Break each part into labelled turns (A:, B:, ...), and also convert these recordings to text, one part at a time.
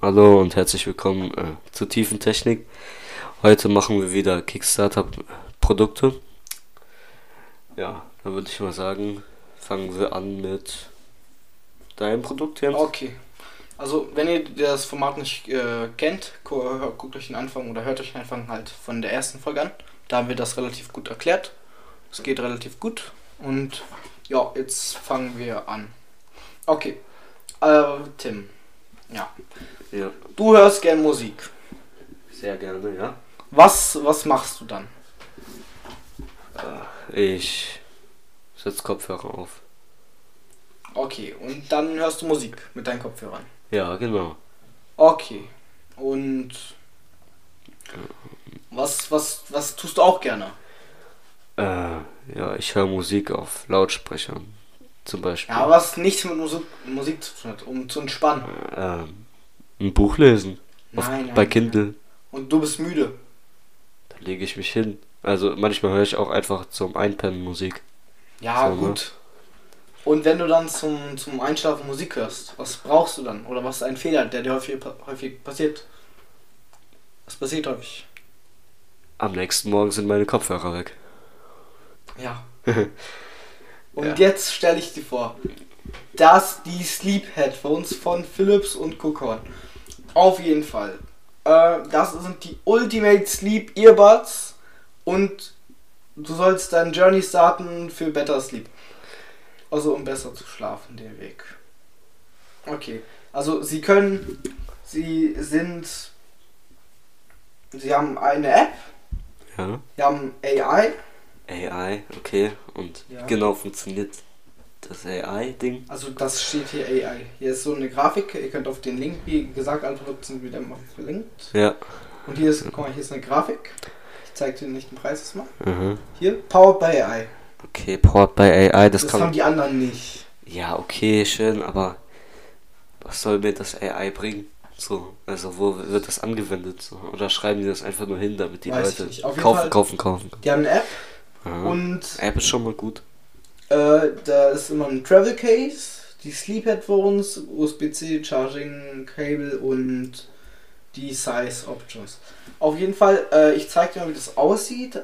A: Hallo und herzlich willkommen äh, zu Tiefen Technik. Heute machen wir wieder Kickstarter-Produkte. Ja, dann würde ich mal sagen, fangen wir an mit deinem Produkt, Jens.
B: Okay. Also, wenn ihr das Format nicht äh, kennt, gu hör- guckt euch den Anfang oder hört euch den Anfang halt von der ersten Folge an. Da haben wir das relativ gut erklärt. Es geht relativ gut. Und ja, jetzt fangen wir an. Okay. Äh, Tim,
A: Ja,
B: du hörst gern Musik.
A: sehr gerne, ja.
B: Was, was machst du dann?
A: Ich setze Kopfhörer auf.
B: Okay, und dann hörst du Musik mit deinen Kopfhörern.
A: Ja, genau.
B: Okay. Und was, was, was tust du auch gerne?
A: Äh, ja, ich höre Musik auf Lautsprechern. Zum Beispiel.
B: Ja, was nichts mit Musik, Musik zu tun hat, um zu entspannen.
A: ähm, ein Buch lesen. Auf,
B: Nein, nein,
A: bei
B: nein.
A: Kindle.
B: Und du bist müde.
A: Da lege ich mich hin. Also manchmal höre ich auch einfach zum Einpennen Musik.
B: Ja,
A: So, ne?
B: gut. Und wenn du dann zum, zum Einschlafen Musik hörst, was brauchst du dann? Oder was ist ein Fehler, der dir häufig, häufig passiert? Was passiert häufig?
A: Am nächsten Morgen sind meine Kopfhörer weg.
B: Ja. und
A: Ja.
B: jetzt stelle ich dir vor, dass die Sleep Headphones von Philips und Cocon. Auf jeden Fall. Äh, das sind die Ultimate Sleep Earbuds und du sollst deinen Journey starten für Better Sleep. Also um besser zu schlafen, den Weg. Okay. Also sie können, sie sind, sie haben eine App,
A: Ja.
B: sie haben AI,
A: AI, okay. Und
B: Ja.
A: genau funktioniert das AI-Ding.
B: Also das steht hier AI. Hier ist so eine Grafik, ihr könnt auf den Link, wie gesagt, alle Produkte sind wieder mal verlinkt.
A: Ja.
B: Und hier ist, guck mal, hier ist eine Grafik. Ich zeige dir nicht den Preis erstmal.
A: Mhm.
B: Hier, Powered by AI.
A: Okay, Port bei AI, das,
B: Das,
A: kann.
B: haben die anderen nicht.
A: Ja, okay, schön, aber was soll mir das AI bringen? So, also wo wird das angewendet? So? Oder schreiben die das einfach nur hin, damit die
B: Weiß ich
A: Leute
B: nicht. Auf jeden
A: kaufen,
B: Fall-
A: kaufen, kaufen,
B: Die haben eine App
A: Aha.
B: und
A: App ist schon mal gut.
B: äh, da ist immer ein Travel Case, die Sleep Headphones, USB-C Charging Cable und die Size Options. Auf jeden Fall, äh, ich zeige dir mal, wie das aussieht.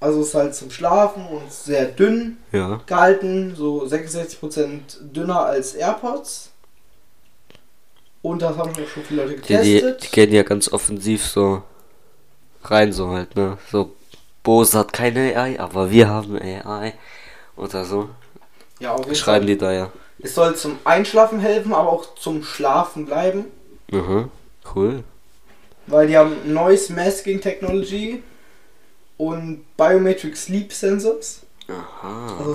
B: Also es ist halt zum Schlafen und sehr dünn.
A: Ja.
B: gehalten, so 66% dünner als AirPods. Und das haben auch schon viele Leute
A: Die, die,
B: getestet.
A: die gehen ja ganz offensiv so rein, so halt, ne? So, Bose hat keine AI, aber wir haben AI. Oder so.
B: ja, auf jeden
A: Schreiben
B: Fall.
A: die da ja.
B: Es soll zum Einschlafen helfen, aber auch zum Schlafen bleiben,
A: Mhm. Cool.
B: weil die haben Noise Masking Technology und Biometric Sleep Sensors. Also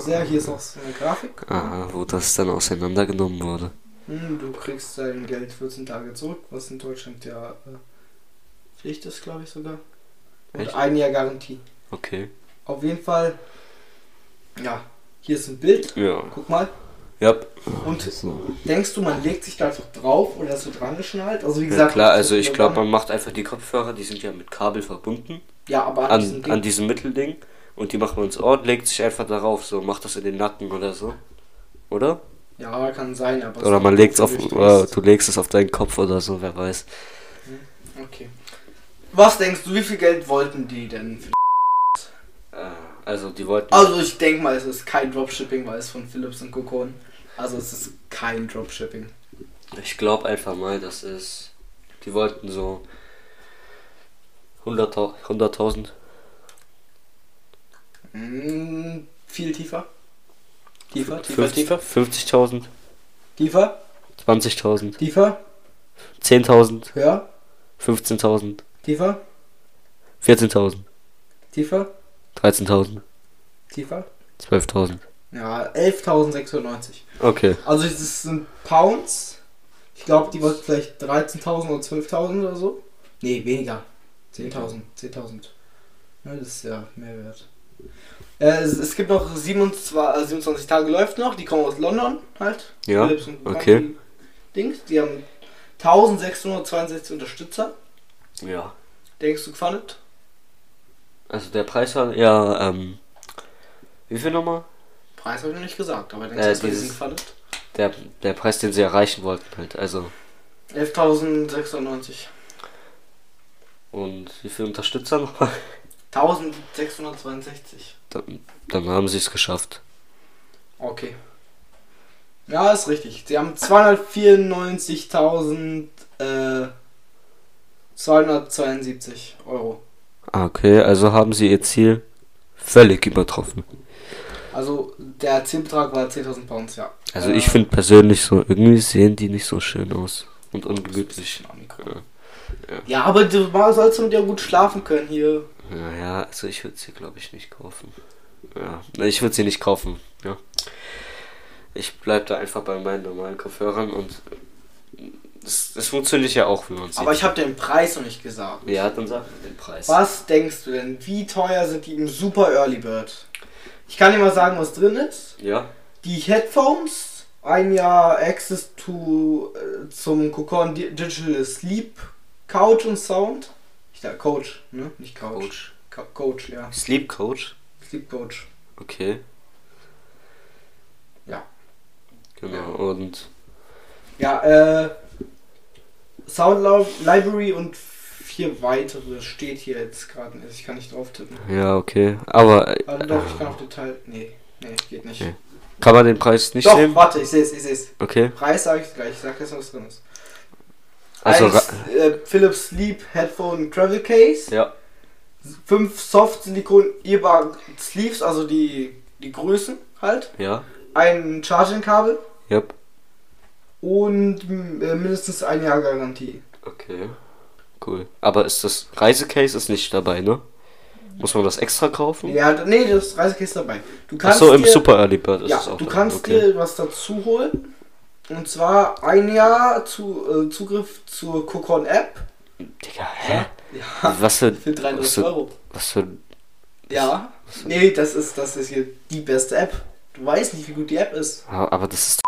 A: Aha.
B: sehr, hier ist auch so eine Grafik.
A: Aha, wo das dann auseinandergenommen wurde.
B: Hm, du kriegst dein Geld 14 Tage zurück, was in Deutschland ja äh, Pflicht ist, glaube ich sogar. Und
A: Echt?
B: ein Jahr Garantie.
A: Okay.
B: Auf jeden Fall, ja, hier ist ein Bild.
A: Ja.
B: Guck mal.
A: Ja.
B: Und
A: So.
B: denkst du, man legt sich da einfach drauf oder ist so dran geschnallt? Also wie
A: Ja,
B: gesagt,
A: klar,
B: das
A: also
B: ist
A: ich glaube, man macht einfach die Kopfhörer, die sind ja mit Kabel verbunden
B: ja, aber an, diesem
A: an,
B: Ding,
A: an diesem Mittelding und die macht man ins Ohr, und legt sich einfach darauf, so macht das in den Nacken oder so. Oder?
B: ja kann sein, aber
A: Oder man legt's auf, äh,
B: durchlässt.
A: du legst es auf deinen Kopf oder so, wer weiß.
B: Okay. Was denkst du, wie viel Geld wollten die denn? Für
A: Äh, Also die wollten.
B: also ich denke mal, es ist kein Dropshipping, weil es von Philips und Kokon. Also es ist kein Dropshipping.
A: Ich glaube einfach mal, das ist. Die wollten so 100.000. 100.000.
B: Hm, viel tiefer. Tiefer, tiefer,
A: 50
B: tiefer.
A: 50.000,
B: Tiefer,
A: 20.000,
B: tiefer,
A: 10.000,
B: höher,
A: 15.000,
B: tiefer,
A: 14.000,
B: tiefer,
A: 13.000,
B: tiefer.
A: 12.000.
B: Ja, 11.690.
A: Okay.
B: Also das sind Pounds. Ich glaube, die wollten vielleicht 13.000 oder 12.000 oder so. Nee, weniger. 10.000, 10.000. Ne, das ist ja Mehrwert. Äh, es, es gibt noch 27, äh, 27 Tage läuft noch. Die kommen aus London halt.
A: Ja,
B: Philips und
A: okay.
B: Company Dings. Die haben 1.662 Unterstützer.
A: Ja.
B: Denkst du, gefundet?
A: Also der Preis war ja, ähm. Wie viel nochmal?
B: Preis habe ich noch nicht gesagt, aber denkst
A: Äh,
B: du, dass die
A: dieses-
B: sind gefundet?
A: Der, der Preis, den sie erreichen wollten halt. Also
B: 11.096.
A: Und wie viele Unterstützer nochmal?
B: 1662.
A: Dann, dann haben sie es geschafft.
B: Okay. Ja, ist richtig. Sie haben 294.000 äh, 272 Euro.
A: Ah, Okay, also haben sie ihr Ziel völlig übertroffen.
B: Also der Zielbetrag war 10.000 Pounds, ja.
A: Also
B: Äh,
A: ich finde persönlich so, irgendwie sehen die nicht so schön aus. Und ungemütlich.
B: am Mikro.
A: Äh, Ja.
B: Ja, aber du mal sollst du mit dir gut schlafen können hier.
A: Naja, also ich würde sie, glaube ich, nicht kaufen. Ja, ne, ich würde sie nicht kaufen. Ja. Ich bleib da einfach bei meinen normalen Kopfhörern und es es funktioniert ja auch, wie man sieht.
B: Aber ich habe den Preis noch nicht gesagt.
A: ja, dann sag mir den Preis.
B: Was denkst du denn? Wie teuer sind die im Super Early Bird? Ich kann dir mal sagen, was drin ist.
A: Ja,
B: Die Headphones, ein Jahr Access to äh, zum Cocon Di- Digital Sleep Couch und Sound. Ich da Coach, ne? Nicht Couch. Coach,
A: Coach.
B: Co Coach ja.
A: Sleep Coach.
B: Sleep Coach.
A: Okay.
B: Ja.
A: Genau,
B: Ja.
A: und
B: Ja, äh Sound Lab- Library und vier weitere steht hier jetzt gerade nicht. Ich kann nicht drauf tippen.
A: ja, okay. Aber äh,
B: Warte doch, ich kann auf Detail. Nee, nee, geht nicht.
A: Nee. kann man den Preis nicht
B: Doch,
A: nehmen?
B: warte, ich sehe es, ich sehe es.
A: Okay.
B: Preis sage ich gleich, ich sage jetzt, was drin ist.
A: Also
B: ein
A: ra-
B: äh, Philips Sleep Headphone Travel Case,
A: ja.
B: fünf Soft Silikon earbaren Sleeves, also die, die Größen halt,
A: Ja.
B: ein Charging Kabel
A: Yep.
B: und m, äh, mindestens ein Jahr Garantie.
A: Okay. Cool. Aber ist das Reisecase ist nicht dabei, ne? Muss man das extra kaufen?
B: Ja, d- nee, das Reisekiste ist dabei. Du
A: Ach
B: kannst
A: so, im
B: dir,
A: Super Early Bird ist
B: ja,
A: es auch.
B: du
A: dabei,
B: kannst
A: okay.
B: dir was dazu holen und zwar ein Jahr zu, äh, Zugriff zur Cocon App.
A: Digga, hä?
B: Ja,
A: Was für.
B: für 33
A: was für,
B: Euro.
A: was für.
B: Ja. Nee, das ist, das ist hier die beste App. Du weißt nicht, wie gut die App ist.
A: Ah, Aber das ist.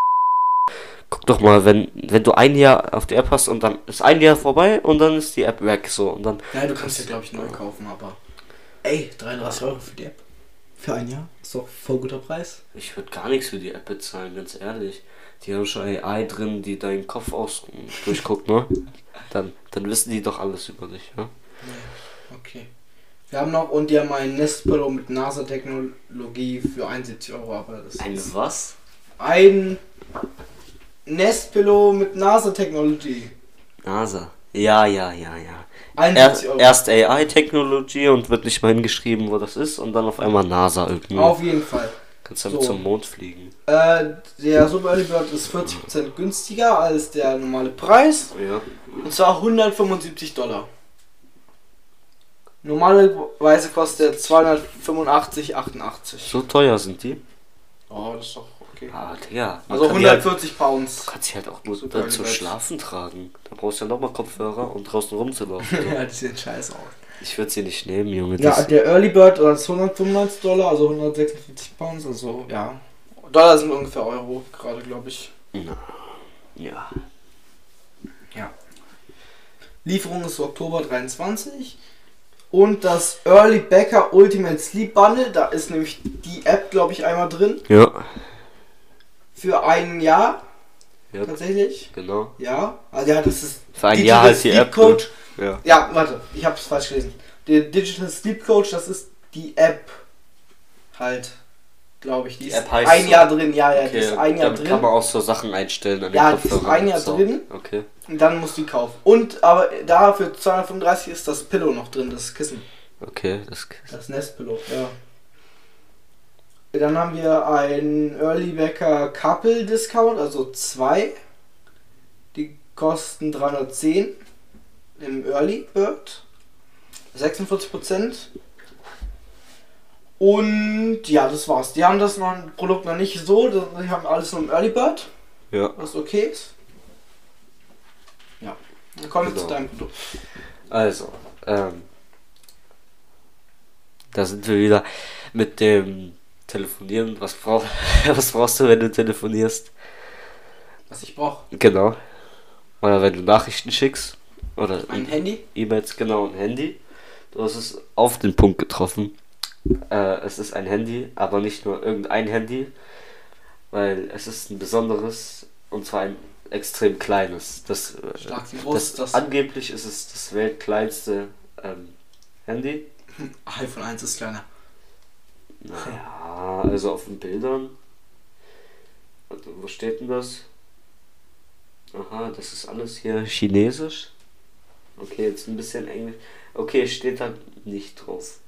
A: Guck doch mal, wenn, wenn du ein Jahr auf die App hast und dann ist ein Jahr vorbei und dann ist die App weg, so. Und dann.
B: Nein, du kannst sie, glaube ich, neu kaufen, aber. Ey, 33 Euro für die App. Für ein Jahr? Ist doch voll guter Preis.
A: Ich würde gar nichts für die App bezahlen, ganz ehrlich. Die haben schon AI drin, die deinen Kopf aus durchguckt, ne? Dann, dann wissen die doch alles über dich, ja?
B: Okay. Wir haben noch, und die haben ein Nestpillow mit NASA-Technologie für 71 Euro, aber das ist.
A: was?
B: Ein Nestpillow mit NASA-Technologie.
A: NASA. Ja, ja, ja, ja.
B: 71
A: Er,
B: Euro.
A: erst AI-Technologie und wird nicht mal hingeschrieben, wo das ist, und dann auf einmal NASA irgendwie.
B: Auf jeden Fall.
A: Kannst damit
B: so.
A: zum Mond fliegen.
B: Äh, der Super Early Bird ist 40% günstiger als der normale Preis.
A: Ja.
B: Und zwar 175 Dollar. Normalerweise kostet er 285,88.
A: So teuer sind die.
B: Oh, das ist doch okay.
A: Ah, Digga. man
B: Also
A: kann die halt,
B: 140 Pounds.
A: kannst sie halt auch nur
B: So
A: dann
B: geil,
A: zum
B: Leute.
A: Schlafen tragen. Da brauchst du ja nochmal Kopfhörer und draußen rumzulaufen.
B: ja, das sieht scheiße aus.
A: ich würde sie nicht nehmen, Junge.
B: Ja,
A: Das,
B: der Early Bird ist 195 Dollar, also 146 Pounds, also ja. Dollar sind ungefähr Euro gerade, glaube ich.
A: ja.
B: Ja. Lieferung ist Oktober 23. Und das Early Backer Ultimate Sleep Bundle, da ist nämlich die App, glaube ich, einmal drin.
A: Ja.
B: Für ein Jahr
A: Ja,
B: tatsächlich.
A: genau.
B: Ja, also ja, das ist.
A: Für ein
B: Digital
A: Jahr halt die
B: Sleep
A: App.
B: Coach.
A: Ne? Ja.
B: Ja, warte, ich hab's falsch gelesen. Der Digital Sleep Coach, das ist die App. Halt, glaube ich. Die, ist
A: App heißt
B: ein
A: so.
B: Jahr drin, Ah, ja, ja, die
A: Okay,
B: ist ein Jahr
A: damit kann man
B: drin.
A: auch so Sachen einstellen an den
B: Ja, die ist
A: Kopfhörern.
B: ein Jahr
A: und so.
B: drin.
A: Okay.
B: Und dann musst du die kaufen. Und aber dafür 235 ist das Pillow noch drin, das Kissen.
A: Okay, das
B: Das Nestpillow, ja. Dann haben wir einen Early Backer Couple Discount, also zwei. Die kosten 310 im Early Bird. 46%. Und ja, das war's. Die haben das noch, Produkt noch nicht so, das- die haben alles nur im Early Bird,
A: ja.
B: was okay ist. Ja, dann kommen wir
A: Genau.
B: zu deinem Produkt.
A: Also, ähm, da sind wir wieder mit dem Telefonieren. Was, brauch, was brauchst du, wenn du telefonierst?
B: Was ich brauche,
A: Genau. Oder wenn du Nachrichten schickst. Oder
B: mein Handy.
A: E-Mails, genau, ein Handy. Du hast es auf den Punkt getroffen. Äh, es ist ein Handy, aber nicht nur irgendein Handy, weil es ist ein besonderes, und zwar ein extrem klein ist. Das, äh,
B: Stark wie groß
A: das,
B: ist das?
A: Angeblich ist es das weltkleinste ähm, Handy.
B: iPhone 1 ist kleiner.
A: Naja, also auf den Bildern. Also, wo steht denn das? Aha, das ist alles hier chinesisch. Okay, jetzt ein bisschen englisch. Okay, steht da nicht drauf.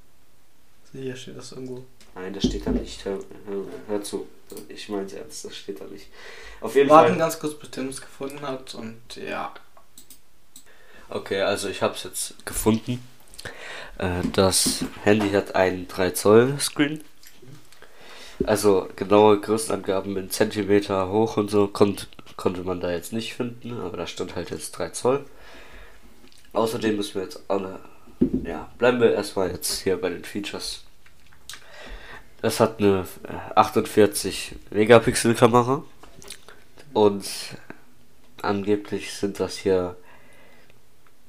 B: Hier steht das irgendwo.
A: Nein, das steht da nicht. Hör, hör, hör zu. Ich meine es ernst, das steht da nicht. Auf jeden
B: Warten
A: Fall.
B: ganz kurz, bis Tim es gefunden hat und ja.
A: Okay, also ich habe es jetzt gefunden. Äh, Das Handy hat einen 3 Zoll Screen. Also genaue Größenangaben in Zentimeter hoch und so konnt, konnte man da jetzt nicht finden, aber da stand halt jetzt 3 Zoll. Außerdem müssen wir jetzt alle. Ja, bleiben wir erstmal jetzt hier bei den Features. Es hat eine äh, 48 Megapixel Kamera und angeblich sind das hier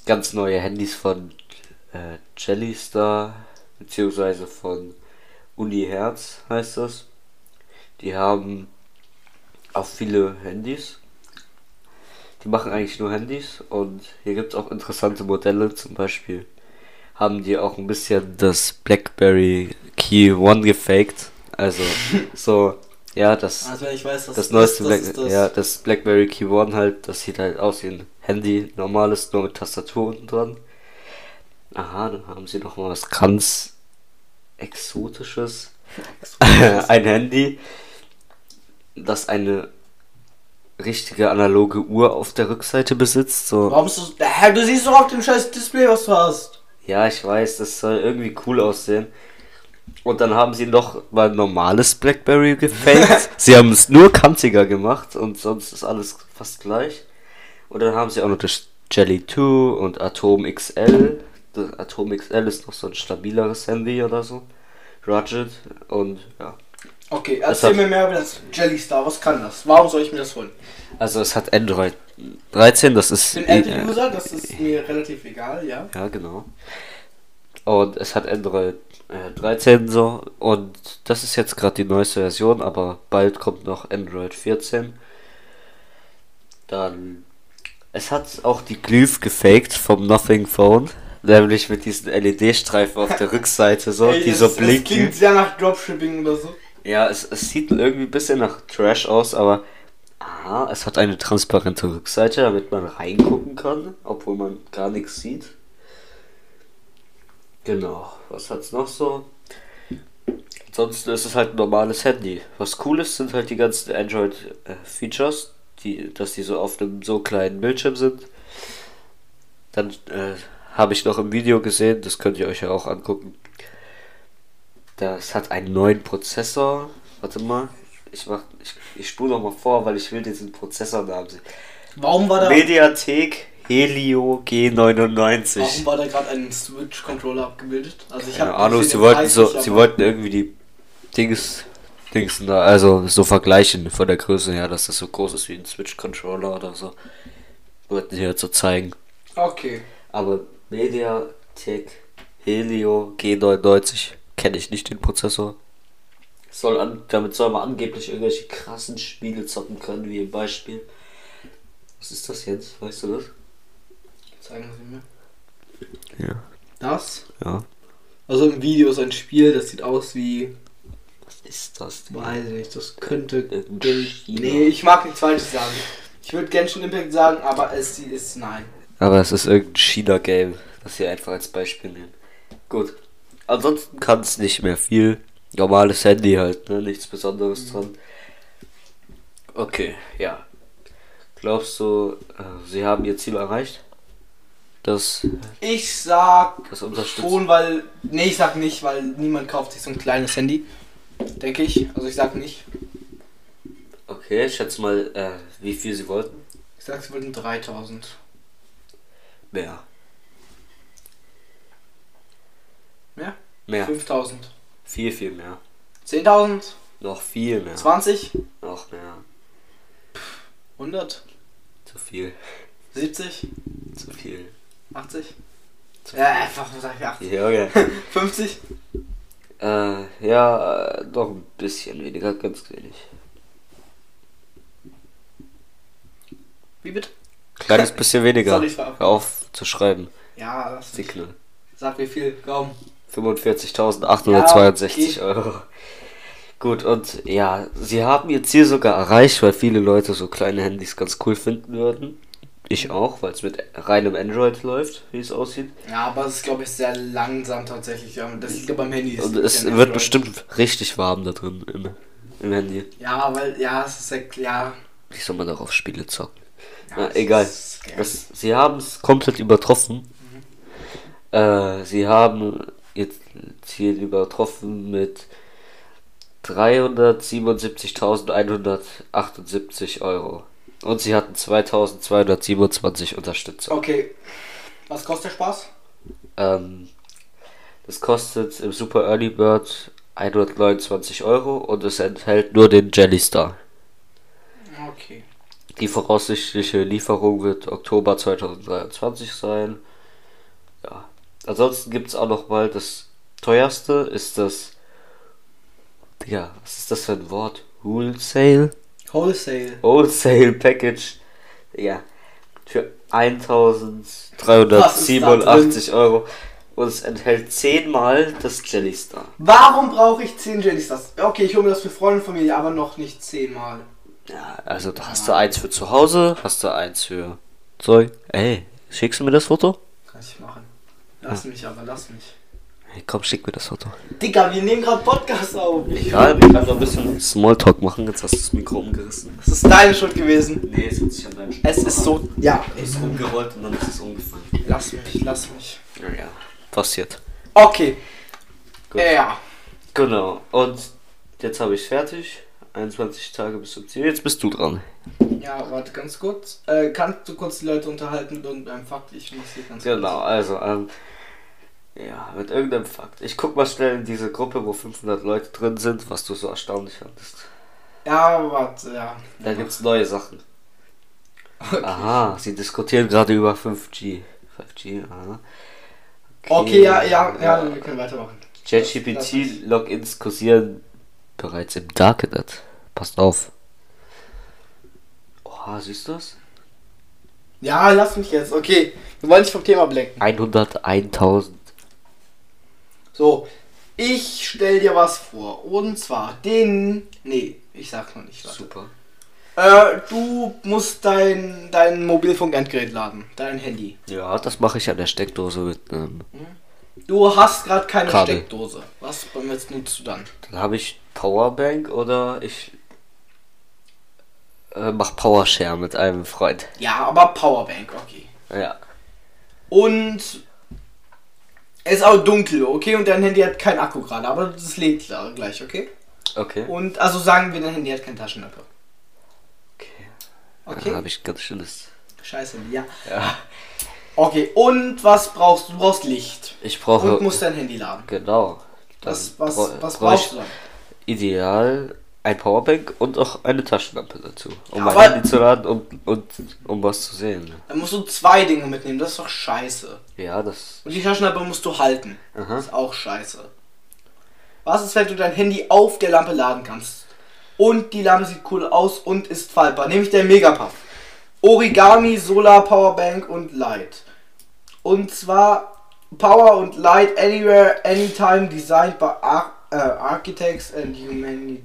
A: ganz neue Handys von äh, Jellystar beziehungsweise von Uniherz heißt das. Die haben auch viele Handys. Die machen eigentlich nur Handys und hier gibt es auch interessante Modelle. Zum Beispiel haben die auch ein bisschen das BlackBerry Key One gefaked. Also so, ja, das
B: Also wenn ich weiß, dass
A: das neueste
B: das,
A: Black
B: ist das,
A: Ja, das Blackberry Keyboard halt, das sieht halt aus wie ein Handy, normales, nur mit Tastatur unten dran. Aha, dann haben sie noch mal was ganz Exotisches. ein Handy, das eine richtige analoge Uhr auf der Rückseite besitzt. So.
B: Warum ist das. Hä, du siehst doch auf dem scheiß Display, was du hast.
A: Ja, ich weiß, das soll irgendwie cool aussehen. Und dann haben sie noch mal ein normales Blackberry gefaked. sie haben es nur kantiger gemacht und sonst ist alles fast gleich. Und dann haben sie auch noch das Jelly 2 und Atom XL. Das Atom XL ist noch so ein stabileres Handy oder so. Ratchet und ja.
B: Okay, erzähl
A: hat-
B: mir mehr über das Jelly Star. Was kann das? Warum soll ich mir das holen?
A: Also es hat Android 13, das ist.
B: Ich bin
A: äh,
B: Android-User, das ist mir relativ egal, ja.
A: Ja, genau. Und es hat Android äh, 13 so. Und das ist jetzt gerade die neueste Version, aber bald kommt noch Android 14. Dann. Es hat auch die Glyph gefaked vom Nothing Phone. Nämlich mit diesen LED-Streifen auf der Rückseite so,
B: Ey,
A: die
B: das,
A: so
B: das
A: blinken.
B: klingt sehr nach Dropshipping oder so.
A: Ja, es, es sieht irgendwie ein bisschen nach Trash aus, aber aha, es hat eine transparente Rückseite, damit man reingucken kann, obwohl man gar nichts sieht. Genau, was hat's noch so? Ansonsten ist es halt ein normales Handy. Was cool ist, sind halt die ganzen Android-Features, die, dass die so auf einem so kleinen Bildschirm sind. Dann äh, habe ich noch im Video gesehen, das könnt ihr euch ja auch angucken. Das hat einen neuen Prozessor. Warte mal. Ich, mach, ich, ich spule noch mal vor, weil ich will diesen Prozessornamen sehen.
B: Warum war da,
A: Mediatek Helio
B: warum
A: G99.
B: war da gerade ein Switch-Controller abgebildet? Also ich hab
A: Keine Ahnung,
B: gesehen,
A: sie
B: den
A: wollten,
B: Preis
A: so,
B: nicht,
A: sie
B: aber-
A: wollten irgendwie die Dings, Dings da, also so vergleichen von der Größe her, dass das so groß ist wie ein Switch-Controller oder so. Wollten sie halt so zeigen.
B: Okay.
A: Aber MediaTek Helio G99 kenne ich nicht den Prozessor. Soll an, damit soll man angeblich irgendwelche krassen Spiele zocken können, wie im Beispiel. Was ist das jetzt? Weißt du das?
B: Zeigen Sie mir.
A: Ja.
B: Das?
A: Ja.
B: Also im Video ist ein Spiel, das sieht aus wie.
A: Was ist das denn?
B: Weiß ich nicht, das könnte.
A: Irgendein China.
B: Nee, ich mag nichts Falsches sagen. Ich würde Genshin Impact sagen, aber es ist. Nein.
A: Aber es ist irgendein China-Game, das wir einfach als Beispiel nehmen. Gut. Ansonsten kann es nicht mehr viel. Normales Handy halt, ne? Nichts
B: Mhm.
A: Besonderes dran. Okay, ja. Glaubst du, äh, sie haben ihr Ziel erreicht? Das,
B: Ich sag
A: das unterstützt.
B: schon, weil. Nee, ich sag nicht, weil niemand kauft sich so ein kleines Handy. Denke ich. Also ich sag nicht.
A: Okay, schätze mal, äh, wie viel sie wollten.
B: Ich sag, es würden 3000.
A: Mehr.
B: Mehr?
A: Mehr.
B: 5000.
A: Viel, viel mehr.
B: 10.000?
A: Noch viel mehr.
B: 20?
A: Noch mehr.
B: 100?
A: Zu viel.
B: 70?
A: Zu viel.
B: 80?
A: Zu
B: Ja, einfach sag ich 80.
A: viel. Junge.
B: 50?
A: Äh, ja, äh, noch ein bisschen weniger, ganz wenig.
B: Wie bitte?
A: Kleines bisschen weniger.
B: Soll ich mal ab-
A: Hör auf zu schreiben.
B: Ja, das
A: Signal.
B: sagt mir viel. Kaum.
A: 45.862
B: Ja,
A: Euro. Gut, und ja, sie haben ihr Ziel sogar erreicht, weil viele Leute so kleine Handys ganz cool finden würden. Ich auch, weil es mit reinem Android läuft, wie es aussieht.
B: Ja, aber es ist, glaube ich, sehr langsam tatsächlich. Ja, Das liegt ja beim Handy. das
A: Und
B: liegt
A: Also es
B: ja nicht
A: wird
B: am
A: bestimmt richtig warm da drin im, im Handy.
B: Android. Ja, weil, ja, es ist sehr klar.
A: Wie soll man darauf Spiele zocken?
B: Ja,
A: Na,
B: es
A: egal.
B: ist- Mhm. ja.
A: Das, sie haben es komplett übertroffen. Äh, sie haben ihr Ziel übertroffen mit 377.178 Euro. Und sie hatten 2.227 Unterstützer.
B: Okay. Was kostet der Spaß?
A: Ähm, das kostet im Super Early Bird 129 Euro und es enthält nur den Jelly Star.
B: Okay.
A: Die voraussichtliche Lieferung wird Oktober 2023 sein. Ja. Ansonsten gibt es auch noch mal das teuerste ist das. Digga, was ist das für ein Wort? Wholesale?
B: Wholesale.
A: Wholesale Package. Ja. Für
B: Was ist da
A: 1387 Euro. Und es enthält zehnmal das Jelly Star.
B: Warum brauche ich 10 Jellystars? Okay, ich hole mir das für Freunde und Familie, aber noch nicht 10 Mal.
A: Ja, also da hast du eins für zu Hause, hast du eins für Zeug. Ey, schickst du mir das Foto?
B: Kann ich machen.
A: Hm.
B: Lass mich aber, lass mich.
A: Hey, komm, schick mir das Foto.
B: Digga, wir nehmen gerade Podcast auf.
A: Egal, wir können noch ein bisschen Smalltalk machen. Jetzt hast du das Mikro umgerissen.
B: Das ist deine Schuld gewesen.
A: Nee, es hat sich an deinem
B: Es ist so. Ja.
A: ist umgerollt und dann ist es umgefallen.
B: Lass mich, lass mich.
A: Ja, ja. Passiert.
B: Okay.
A: Gut.
B: Ja.
A: Genau. Und jetzt habe ich fertig. 21 Tage bis zum Ziel. Jetzt bist du dran.
B: Ja, warte ganz kurz. Äh, kannst du kurz die Leute unterhalten mit irgendeinem Fakt? Ich muss hier ganz
A: Genau, also, ähm. Ja, mit irgendeinem Fakt. Ich guck mal schnell in diese Gruppe, wo 500 Leute drin sind, was du so erstaunlich fandest.
B: kurz. Ja, warte, ja.
A: Da gibt's neue Sachen. Aha, sie diskutieren gerade über 5G. 5G, aha.
B: Okay, ja, ja, ja, wir können weitermachen.
A: ChatGPT-Logins kursieren bereits im Darknet. Passt auf. Oha, siehst du das?
B: Ja, lass mich jetzt. Okay. Wir wollen nicht vom Thema ablenken.
A: 101.000.
B: So. Ich stell dir was vor. Und zwar den. Nee, ich sag's noch nicht. Warte.
A: Super.
B: Äh, du musst dein, dein Mobilfunkendgerät laden. Dein Handy.
A: Ja, das mache ich an der Steckdose mit ähm, einem.
B: Du hast gerade keine
A: Kabel.
B: Steckdose. Was benutzt nutzt du dann?
A: Dann habe ich Powerbank oder ich äh, mach Powershare mit einem Freund.
B: Ja, aber Powerbank, okay.
A: Ja.
B: Und es ist auch dunkel, okay? Und dein Handy hat keinen Akku gerade, aber das lädt da gleich, okay?
A: Okay.
B: Und also sagen wir, dein Handy hat kein Taschenlampe.
A: okay. Dann
B: Okay?
A: habe ich ganz schönes.
B: Scheiße, ja.
A: Ja.
B: Okay, und was brauchst du? Du brauchst Licht.
A: Ich brauche.
B: Und musst dein Handy laden.
A: genau. Dann
B: Was, was,
A: brau-
B: was
A: brauch ich
B: brauchst du dann?
A: ideal ein Powerbank und auch eine Taschenlampe dazu, um
B: Ja,
A: mein
B: aber-
A: Handy zu laden und, und um was zu sehen.
B: Dann musst du zwei Dinge mitnehmen, das ist doch scheiße.
A: Ja, das.
B: Und die Taschenlampe musst du halten.
A: Aha.
B: Das ist auch scheiße. Was ist, wenn du dein Handy auf der Lampe laden kannst? Und die Lampe sieht cool aus und ist faltbar. Nämlich der Megapuff. Origami, Solar, Powerbank und Light. Und zwar Power und Light Anywhere, Anytime, designed by Ar äh, Architects and Humanity.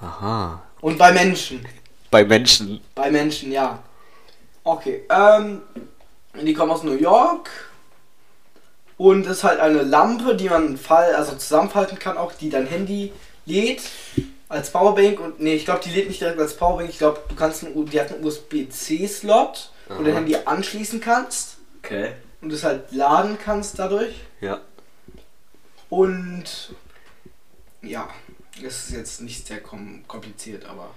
A: Aha.
B: Und bei Menschen.
A: Bei Menschen.
B: Bei Menschen, ja. Okay, ähm, die kommen aus New York und ist halt eine Lampe, die man fall, also zusammenfalten kann auch, die dein Handy lädt als Powerbank und nee, ich glaube, die lädt nicht direkt als Powerbank. Ich glaube, du kannst einen, U- die hat einen USB-C-Slot, wo
A: Aha.
B: du dein Handy anschließen kannst
A: Okay.
B: und es halt laden kannst dadurch
A: Ja.
B: und ja, es ist jetzt nicht sehr kom kompliziert, aber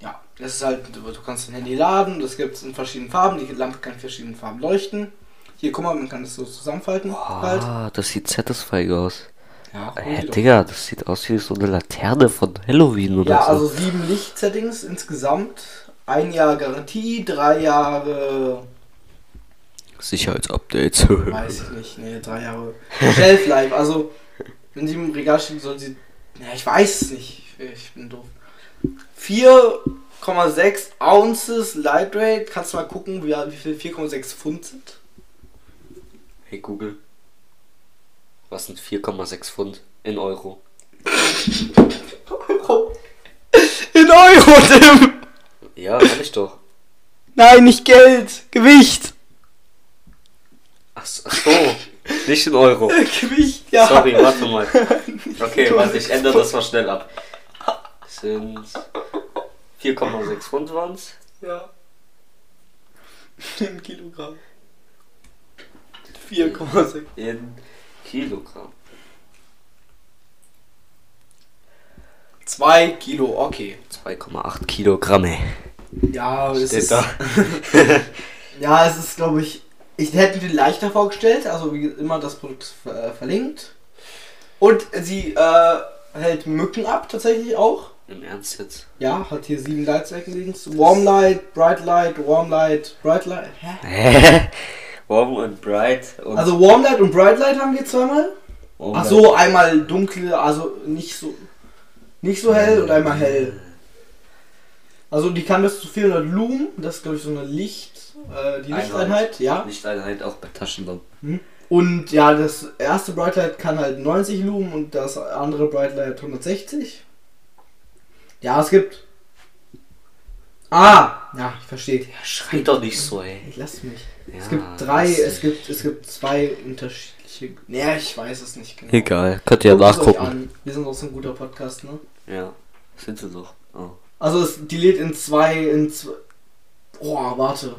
B: ja, es ist halt, du du kannst dein Handy laden, das gibt es in verschiedenen Farben, die Lampe kann in verschiedenen Farben leuchten. Hier, guck mal, man kann das so zusammenfalten. Halt.
A: Ah, das sieht satisfying aus.
B: Ja,
A: Äh, Digga, das sieht aus wie so eine Laterne von Halloween oder
B: ja,
A: so.
B: also sieben Lichtsettings insgesamt. Ein Jahr Garantie, drei Jahre,
A: Sicherheitsupdates.
B: weiß ich nicht, nee, drei Jahre Shelf Life. Also, wenn sie im Regal steht, soll sie. Ja, ich weiß es nicht. Ich bin doof. Vier 4,6 Ounces Lightweight. Kannst du mal gucken, wie, wie viel 4,6 Pfund sind?
A: Hey Google, was sind 4,6 Pfund in Euro?
B: Euro. In Euro, Tim.
A: Ja, hab ich doch.
B: Nein, nicht Geld. Gewicht.
A: Ach so, ach so. nicht in Euro.
B: Gewicht, ja.
A: Sorry, warte mal. Okay, warte, ich ändere das mal schnell ab. Sind 4,6 Pfund waren's?
B: Ja. In Kilogramm. 4,6.
A: In Kilogramm.
B: 2 Kilo, okay.
A: 2,8 Kilogramme.
B: Ja, es
A: Steht
B: ist,
A: da.
B: ja, es ist, glaube ich, ich hätte mir den leichter vorgestellt, also wie immer das Produkt ist ver äh, verlinkt. Und sie äh, hält Mücken ab, tatsächlich auch.
A: Im Ernst jetzt?
B: Ja, hat hier sieben Leitsäcken links. Warm Light, Bright Light, Warm Light, Bright Light. Hä?
A: Warm und bright und.
B: Also Warm Light und Bright Light haben wir zweimal.
A: warm
B: Ach
A: und-
B: so, einmal dunkel, also nicht so nicht so hell und einmal hell. Also die kann bis zu 400 Lumen, das ist glaube ich so eine Licht, äh, die
A: Einheit.
B: Lichteinheit, ja.
A: Lichteinheit auch bei Taschenlampen.
B: Und ja, das erste Brightlight kann halt 90 Lumen und das andere Brightlight 160. Ja, es gibt. Ah, ja, ich verstehe. Ja,
A: Schrei doch nicht so, ey.
B: Ich lass mich.
A: Ja,
B: es gibt drei,
A: lass
B: es
A: dich.
B: gibt, es gibt zwei unterschiedliche. Naja, ich weiß es nicht genau.
A: Egal, könnt ihr ja
B: Guckt es euch
A: nachgucken.
B: an. Wir sind auch so ein guter Podcast, ne?
A: Ja, sind sie doch. Oh.
B: Also es, die lädt in zwei, in zwei. Boah, warte.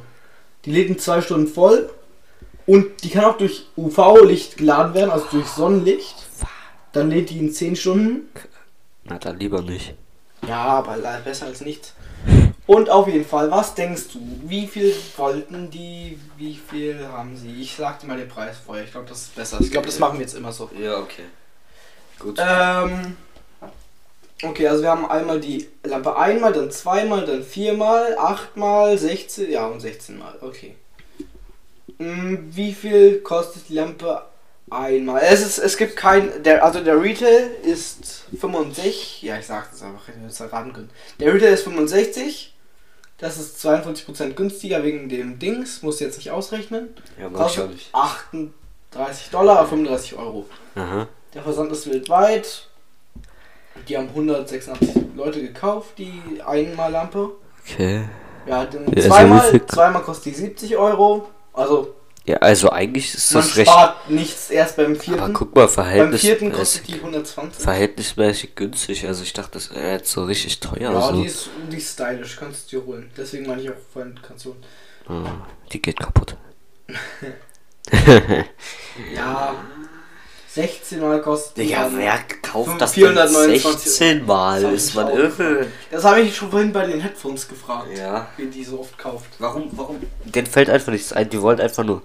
B: Die lädt in zwei Stunden voll. Und die kann auch durch UV-Licht geladen werden, also durch Sonnenlicht. Dann lädt die in 10 Stunden.
A: Na, dann lieber nicht.
B: Ja, aber le- besser als nichts. Und auf jeden Fall, was denkst du? Wie viel wollten die? Wie viel haben sie? Ich sag dir mal den Preis vorher. Ich glaube, das ist besser. Ich glaube, das machen wir jetzt immer so.
A: Ja, okay. Gut.
B: Ähm. Okay, also wir haben einmal die Lampe einmal, dann zweimal, dann viermal, achtmal, 16, ja und 16 mal, okay. Mm, Wie viel kostet die Lampe einmal? Es ist, es gibt kein, der, also der Retail ist 65, ja ich sag das einfach, hätte ich das erraten können. Der Retail ist 65, das ist 42% günstiger wegen dem Dings, muss jetzt nicht ausrechnen.
A: ja, mach ich auch
B: Kostet
A: nicht.
B: 38 Dollar, 35 Euro.
A: Aha.
B: Der Versand ist weltweit. Die haben 186 Leute gekauft, die Einmallampe.
A: Okay.
B: Ja, dann
A: Ja, also wie
B: zweimal,
A: viel-
B: zweimal kostet die 70 Euro. Also
A: Ja, also eigentlich ist
B: man
A: das recht.
B: spart nichts erst beim
A: Aber
B: vierten.
A: guck mal,
B: beim vierten kostet die
A: verhältnismäßig,
B: 120.
A: verhältnismäßig günstig. Also ich dachte, das wäre jetzt so richtig teuer.
B: Ja,
A: so.
B: die ist, die ist stylisch, kannst du dir holen. Deswegen meine ich auch vorhin, kannst du holen.
A: Ah, die geht kaputt.
B: Ja, 16 Mal kostet die
A: Digga,
B: dann-
A: wer kauft das denn
B: 429
A: 16 Mal?
B: Sorry,
A: Ist man
B: schau.
A: irre?
B: Das habe ich schon vorhin bei den Headphones gefragt,
A: Ja.
B: wer die so oft kauft.
A: Warum, warum? Den fällt einfach nichts ein. Die wollen einfach nur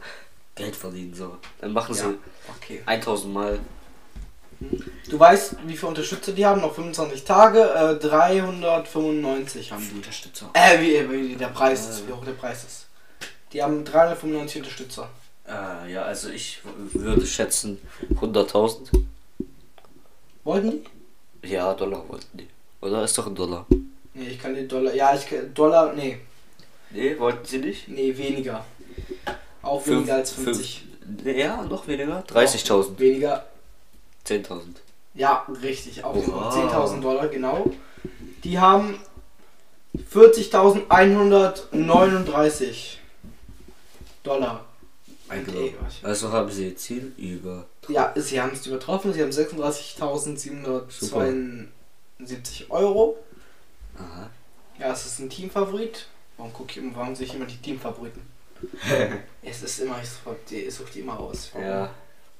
A: Geld verdienen, so. Dann machen
B: Ja,
A: sie
B: okay.
A: 1000 Mal.
B: Du weißt, wie viele Unterstützer die haben, noch 25 Tage, äh, 395 haben die.
A: Unterstützer.
B: Äh, wie, wie der Preis ist, wie hoch der Preis ist. Die haben 395 Unterstützer.
A: Äh, ja, also ich w- würde schätzen 100.000.
B: Wollten die?
A: Ja, Dollar wollten die. Oder ist doch ein Dollar?
B: Nee, ich kann den Dollar, ja, ich kann, Dollar, nee,
A: Nee, wollten sie nicht?
B: nee, weniger. Auch
A: Fünf-
B: weniger als 50.
A: fünf- Nee, Ja, noch weniger. 30.000.
B: Weniger,
A: 10.000.
B: ja, richtig, auch
A: Wow.
B: 10.000 Dollar, genau. Die haben 40.139 Dollar. Und eh, was?
A: Also haben sie ihr Ziel über.
B: Ja, sie haben es übertroffen. Sie haben 36.772 Euro.
A: Aha.
B: Ja, es ist ein Teamfavorit. Warum guck ich immer, warum sehe ich immer die Teamfavoriten? es ist immer, ich suche die, ich such die immer aus. Warum?
A: Ja.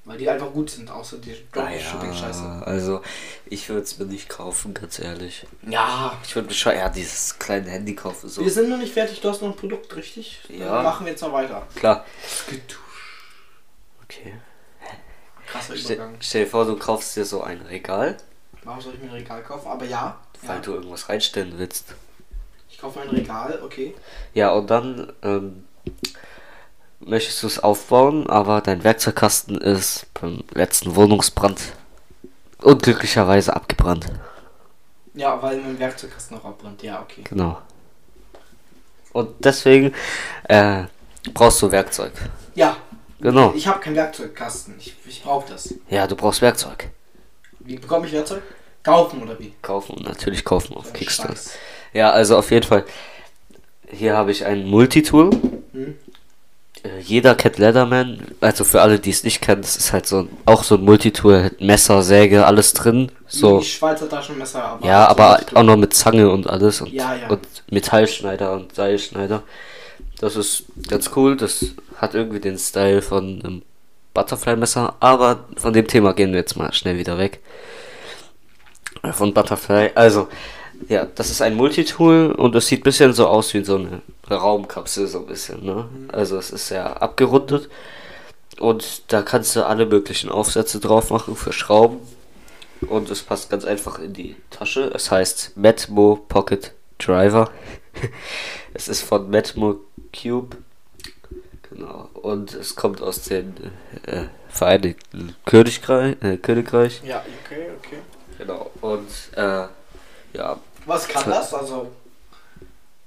B: Weil die einfach gut sind, außer die
A: Ah,
B: Shopping-Scheiße.
A: ja. Also, ich würde es mir nicht kaufen, ganz ehrlich.
B: Ja.
A: Ich würde mir schon eher dieses kleine Handy kaufen. So.
B: Wir sind noch nicht fertig, du hast noch ein Produkt, richtig?
A: Ja.
B: Dann machen wir jetzt mal weiter.
A: Klar. Okay.
B: Krasser
A: Ste
B: Übergang.
A: stell dir vor, du kaufst dir so ein Regal,
B: Warum soll ich mir ein Regal kaufen? Aber ja.
A: weil
B: ja.
A: du irgendwas reinstellen willst.
B: Ich kaufe mir ein Regal, okay.
A: Ja, und dann ähm, möchtest du es aufbauen, aber dein Werkzeugkasten ist beim letzten Wohnungsbrand unglücklicherweise abgebrannt.
B: Ja, weil mein Werkzeugkasten noch abbrennt. Ja, okay.
A: Genau. Und deswegen äh, brauchst du Werkzeug.
B: Ja,
A: Genau.
B: ich habe keinen Werkzeugkasten. Ich, ich brauche das.
A: Ja, du brauchst Werkzeug.
B: Wie bekomme ich Werkzeug? Kaufen oder wie?
A: Kaufen, natürlich kaufen auf Kickstarter.
B: Scheiß.
A: Ja, also auf jeden Fall. Hier habe ich ein Multitool. Äh, Jeder kennt Leatherman. Also für alle, die es nicht kennen, das ist halt so ein, auch so ein Multitool. Hat Messer, Säge, alles drin. So.
B: Wie Schweizer Taschenmesser. Aber
A: Ja, aber auch noch mit Zange und alles und,
B: Ja, ja.
A: und Metallschneider und Seilschneider. Das ist ganz cool. Das hat irgendwie den Style von einem Butterfly-Messer. Aber von dem Thema gehen wir jetzt mal schnell wieder weg. Äh, Von Butterfly. Also, ja, das ist ein Multitool und es sieht ein bisschen so aus wie so eine Raumkapsel, so ein bisschen. Ne?
B: Mhm.
A: Also, es ist sehr abgerundet. Und da kannst du alle möglichen Aufsätze drauf machen für Schrauben. Und es passt ganz einfach in die Tasche. Es heißt Metmo Pocket Driver. es ist von Metmo Cube. Genau. Und es kommt aus dem äh, Vereinigten Königreich. Äh, Königreich.
B: Ja, okay, okay.
A: Genau. Und äh, ja,
B: Was kann das? Also,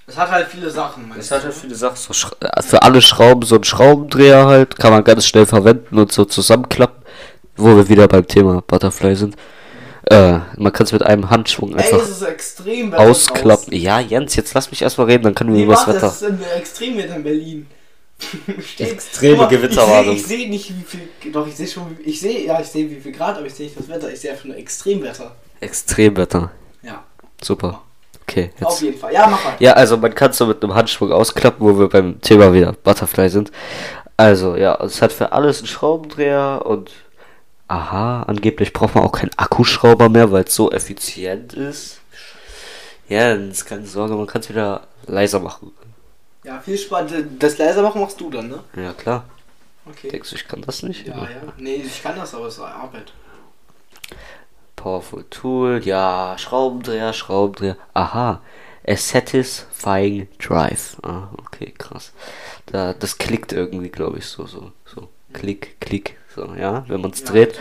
B: es hat halt viele Sachen.
A: Es
B: meinst
A: hat
B: du?
A: ja viele Sachen, so Schra- äh, für alle Schrauben so ein Schraubendreher halt, kann man ganz schnell verwenden und so zusammenklappen, wo wir wieder beim Thema Butterfly sind. Äh, man kann es mit einem Handschwung
B: Ey,
A: einfach
B: es ist extrem Wetter
A: ausklappen. Ja, Jens, jetzt lass mich erstmal reden, dann können wir
B: Nee,
A: über das
B: warte,
A: Wetter.
B: es ist ein Extremwetter in Berlin. Steht-
A: Extreme
B: Guck mal,
A: Gewitterwarnung.
B: Ich sehe seh nicht, wie viel. Doch, ich sehe schon. wie- Ich sehe, ja, ich sehe, wie viel Grad, aber ich sehe nicht das Wetter. Ich sehe einfach nur Extremwetter.
A: Extremwetter.
B: Ja,
A: Super. Okay,
B: Oh. auf
A: jetzt.
B: jeden Fall. Ja, mach mal.
A: Ja, also man kann es so mit einem Handschwung ausklappen, wo wir beim Thema wieder Butterfly sind. Also, ja, es hat für alles einen Schraubendreher und. Aha, angeblich braucht man auch keinen Akkuschrauber mehr, weil es so effizient ist. Jens, keine Sorge, man kann es wieder leiser machen.
B: Ja, viel Spaß. Das leiser machen machst du dann, ne?
A: Ja, klar.
B: Okay.
A: Denkst du, ich kann das nicht?
B: Ja, ja. Nee, ich kann das, aber es ist Arbeit.
A: Powerful Tool, ja, Schraubendreher, Schraubendreher. Aha, a satisfying drive. Ah, okay, krass. Da, das klickt irgendwie, glaube ich, so, so, so. Klick, klick, so, ja, wenn man es
B: Ja,
A: dreht.
B: okay.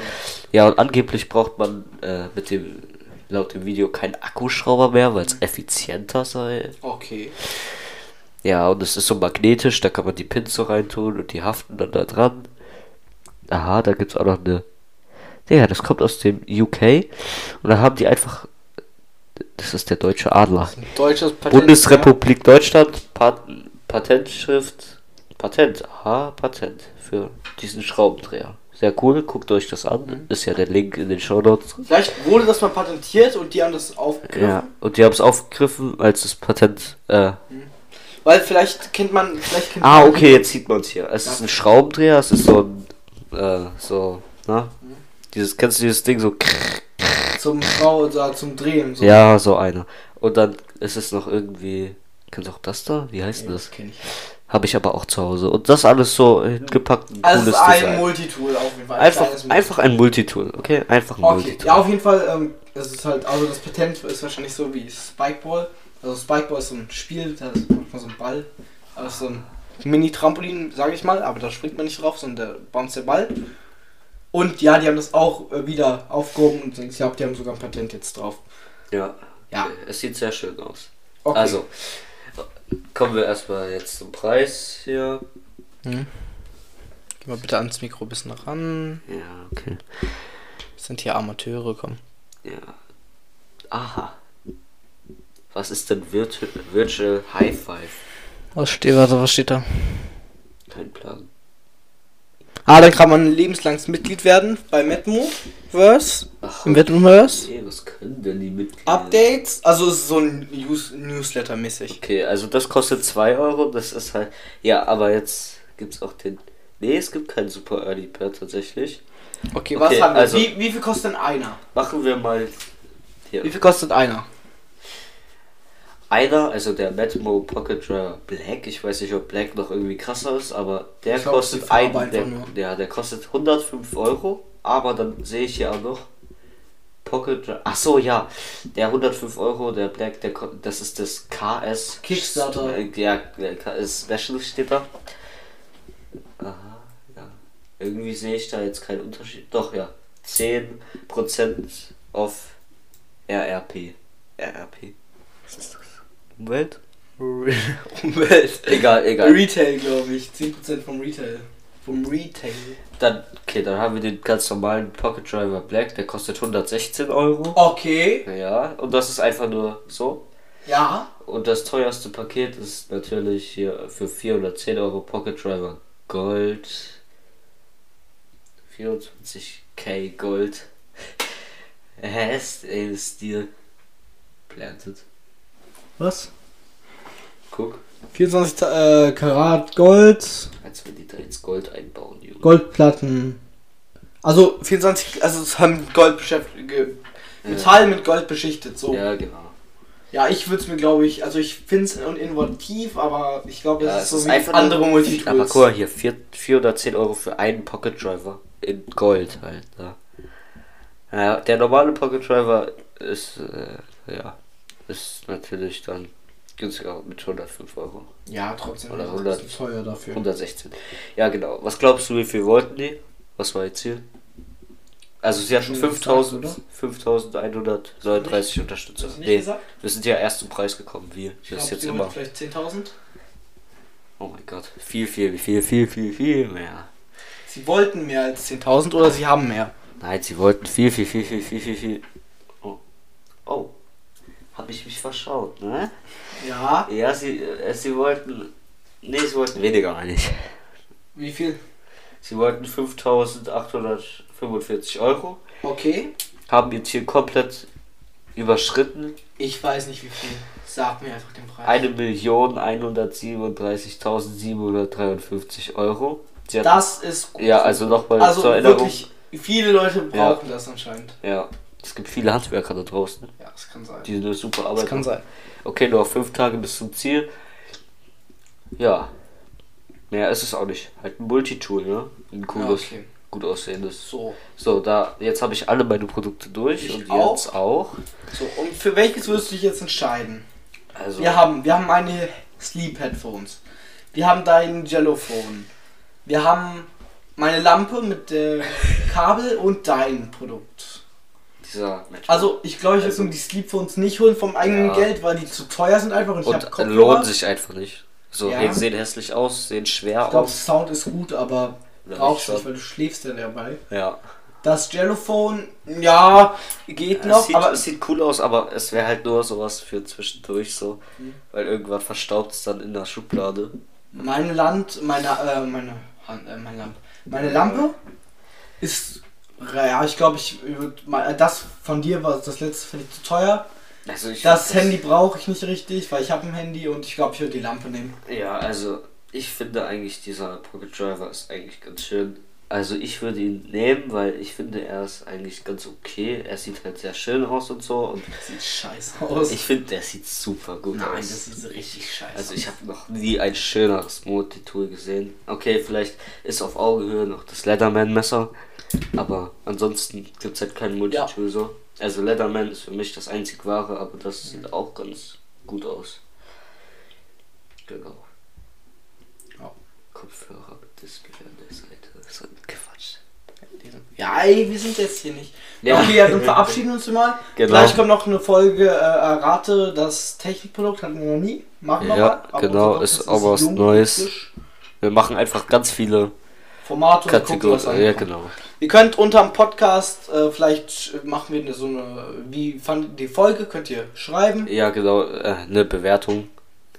A: Ja, und angeblich braucht man äh, mit dem, laut dem Video keinen Akkuschrauber mehr, weil es effizienter sei.
B: Okay.
A: Ja, und es ist so magnetisch, da kann man die Pins so reintun und die haften dann da dran. Aha, da gibt's auch noch eine. Ja, das kommt aus dem UK. Und da haben die einfach. Das ist der deutsche Adler.
B: Ein deutsches Patent.
A: Bundesrepublik Deutschland, Pat Patentschrift. Patent, aha, Patent für diesen Schraubendreher. Sehr cool, guckt euch das an. Ist ja der Link in den Shownotes.
B: Ja. Vielleicht wurde das mal patentiert und die haben das aufgegriffen.
A: Ja, und die haben es aufgegriffen, als das Patent. Äh,
B: Weil vielleicht kennt man. Vielleicht kennt
A: Ah,
B: man
A: okay, jetzt sieht man es hier. Es ist ein Schraubendreher, es ist so ein, äh, so, ne? Dieses, kennst du dieses Ding so? krrr,
B: Zum Frau oder zum Drehen. So.
A: Ja, so einer. Und dann ist es noch irgendwie, kennst du auch das da? Wie heißt denn das?
B: Das kenne ich.
A: Habe ich aber auch zu Hause. Und das alles so hingepackt, ein
B: Also es
A: cooles
B: ist ein
A: Design.
B: Multitool auf jeden Fall. ein
A: Einfach,
B: kleines Multitool.
A: einfach ein Multitool, okay? Einfach ein
B: Okay,
A: Multitool.
B: ja auf jeden Fall, ähm, das ist halt, also das Patent ist wahrscheinlich so wie Spikeball. Also Spikeball ist so ein Spiel, da ist manchmal so ein Ball, also so ein Mini-Trampolin, sage ich mal, aber da springt man nicht drauf, sondern da bounce der Ball. Und ja, die haben das auch äh, wieder aufgehoben und ich glaube, die haben sogar ein Patent jetzt drauf.
A: Ja.
B: Ja.
A: Es sieht sehr schön aus.
B: Okay.
A: Also, kommen wir erstmal jetzt zum Preis hier.
B: Mhm. Geh mal bitte ans Mikro ein bisschen ran.
A: Ja, okay.
B: Das sind hier Amateure, komm.
A: Ja. Aha. Was ist denn Virtu Virtual High Five?
B: Was steht, warte, was steht da?
A: Kein Plan.
B: Ah, dann kann man lebenslanges Mitglied werden bei Metmoverse.
A: Ach,
B: Im Metmoverse.
A: okay, was können denn die Mitglieder?
B: Updates, also es ist so ein News Newsletter-mäßig.
A: Okay, also das kostet 2 Euro, das ist halt. Ja, aber jetzt gibt's auch den. Nee, es gibt keinen Super Early Pair tatsächlich.
B: Okay,
A: was haben wir?
B: Also
A: Wie-
B: wie, viel kostet denn einer?
A: Machen wir mal.
B: Wie
A: Hier.
B: viel kostet einer?
A: Einer, also der Metmo Pocket Driver Black, ich weiß nicht, ob Black noch irgendwie krasser ist, aber der
B: Ich glaub, die
A: kostet
B: Farbe
A: ein,
B: einfach
A: der,
B: nur.
A: ja, der kostet 105 Euro, aber dann sehe ich hier auch noch Pocket Driver. Ach so, ja, der 105 Euro, der Black, der ko- das ist das KS
B: Kickstarter.
A: Äh, Ja, der KS Special steht da. Aha, ja. Irgendwie sehe ich da jetzt keinen Unterschied. Doch, ja. 10% auf RRP. RRP. Was ist das? Umwelt?
B: Umwelt.
A: Egal, egal.
B: Retail, glaube ich. 10% vom Retail. Vom Retail.
A: Dann, okay, dann haben wir den ganz normalen Pocket Driver Black, der kostet 116 Euro.
B: Okay.
A: Ja, und das ist einfach nur so.
B: Ja.
A: Und das teuerste Paket ist natürlich hier für 410 Euro Pocket Driver Gold. 24k Gold. Hast ist dir planted.
B: Was?
A: Guck,
B: 24 äh, Karat Gold,
A: als wenn die da jetzt Gold einbauen, Junge.
B: Goldplatten. Also 24, also es haben Gold beschäftigt, ge- Metall mit Gold beschichtet, so. Ja,
A: Ja, genau.
B: ich würde es mir glaube ich, also ich finde es innovativ, aber ich glaube, das
A: Ja,
B: ist so wie andere
A: nur- Aber guck
B: Multitools.
A: mal hier, 4, 410 Euro für einen Pocket Driver in Gold halt. Ja. Ja, der normale Pocket Driver ist, äh, ja, ist natürlich dann günstiger mit 105 Euro.
B: Ja, trotzdem
A: Oder
B: ist es
A: 100.
B: zu teuer dafür.
A: 116. Ja, genau. Was glaubst du, wie viel wollten die? Was war ihr Ziel? Also sie hatten
B: Schon gesagt,
A: 5000,
B: oder?
A: 5139 Unterstützer.
B: Hast du nicht
A: Nee,
B: gesagt?
A: wir sind ja erst zum Preis gekommen, wir.
B: Ich
A: Das ist
B: glaube,
A: jetzt
B: sie holen
A: immer.
B: vielleicht 10.000.
A: Oh mein Gott. Viel, viel, viel, viel, viel, viel mehr.
B: Sie wollten mehr als 10.000 oder sie haben mehr.
A: Nein, sie wollten viel, viel, viel, viel, viel, viel, viel. Oh. Oh. Hab ich mich verschaut, ne?
B: Ja.
A: Ja, sie, äh, sie wollten. Nee, sie wollten weniger eigentlich.
B: Wie viel?
A: Sie wollten 5845 Euro.
B: Okay.
A: Haben ihr Ziel komplett überschritten.
B: Ich weiß nicht wie viel. Sag mir einfach den Preis.
A: 1.137.753 Euro. Sie hatten-
B: Das ist gut.
A: Ja, also nochmal
B: also
A: zur Erinnerung.
B: wirklich, viele Leute brauchen das anscheinend.
A: Ja. Es gibt viele Handwerker da draußen,
B: Ja, das kann sein.
A: die eine super Arbeit machen.
B: sein.
A: Okay, nur fünf Tage bis zum Ziel. Ja. Mehr ist es auch nicht. Halt ein Multitool, ne? Ein cooles,
B: Ja, okay.
A: gut aussehendes.
B: So.
A: So, da, jetzt habe ich alle meine Produkte durch
B: Ich
A: und
B: auch.
A: jetzt auch.
B: So, und für welches würdest du dich jetzt entscheiden?
A: Also,
B: Wir haben, wir haben eine Sleep Headphones. Wir haben dein Jellophone. Wir haben meine Lampe mit dem Kabel und dein Produkt.
A: dieser Mensch.
B: Also, ich glaube, ich würde
A: Also-
B: mir die Sleepphones nicht holen vom eigenen
A: Ja.
B: Geld, weil die zu teuer sind einfach und ich habe
A: und lohnt sich einfach nicht. So,
B: Ja.
A: die sehen hässlich aus, sehen schwer
B: Ich glaube,
A: aus.
B: Sound ist gut, aber
A: Oder nicht
B: brauchst nicht,
A: schon.
B: weil du schläfst ja dabei.
A: Ja.
B: Das Jellophone, ja, geht
A: Es
B: noch,
A: sieht,
B: aber
A: es sieht cool aus, aber es wäre halt nur sowas für zwischendurch so.
B: Mhm.
A: Weil irgendwann verstaubt es dann in der Schublade.
B: meine Land, meine, äh, meine, Hand- äh, meine Lampe, meine Lampe ist, äh, ja, ich glaube, ich würd mal, äh, das von dir war das letzte finde ich zu teuer.
A: Also ich
B: Das
A: find
B: Handy brauche ich nicht richtig, weil ich habe ein Handy und ich glaube, ich würde die Lampe nehmen.
A: Ja, also ich finde eigentlich dieser Pocket Driver ist eigentlich ganz schön. Also ich würde ihn nehmen, weil ich finde er ist eigentlich ganz okay. Er sieht halt sehr schön aus und so und
B: Sieht scheiße aus.
A: ich finde der sieht super gut aus.
B: Nein, das sieht richtig scheiße.
A: also
B: aus.
A: ich habe noch nie ein schöneres Multitool gesehen. Okay, vielleicht ist auf Augenhöhe noch das Leatherman Messer, aber ansonsten gibt es halt kein Multitool so. Also Leatherman ist für mich das einzig wahre, aber das sieht auch ganz gut aus. Genau.
B: Ja.
A: Kopfhörer mit Display an der Seite. So ein Quatsch.
B: Ja, ey, wir sind jetzt hier nicht.
A: Ja.
B: Okay, ja, dann verabschieden uns mal.
A: Genau.
B: Gleich kommt noch eine Folge, äh, errate das Technikprodukt, hatten wir noch nie. Machen wir
A: Ja,
B: mal. Aber
A: genau,
B: unser Podcast
A: ist aber was
B: jung,
A: Neues.
B: frisch,
A: Wir machen einfach ganz viele
B: Format und gucken, was
A: Kategorien. Ja,
B: ankommt.
A: genau.
B: Ihr könnt unterm Podcast, äh, vielleicht äh, machen wir eine, so eine, wie fandet ihr die Folge, könnt ihr schreiben.
A: Ja, genau. Äh, eine Bewertung.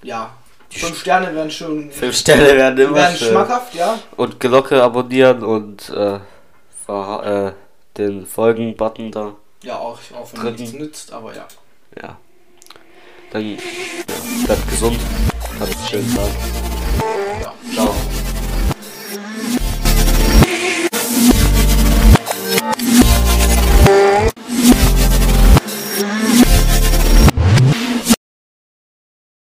B: Ja, fünf Sterne wären schön,
A: Fünf Sterne werden
B: die
A: immer
B: wären
A: schön.
B: schmackhaft, ja.
A: Und Glocke abonnieren und äh, ver- äh, den Folgen-Button da.
B: Ja, auch, auch wenn
A: Dritten.
B: nichts nützt, aber ja.
A: Ja. Dann ja, bleibt gesund. Habt einen schönen Tag.
B: ja.
A: Ciao.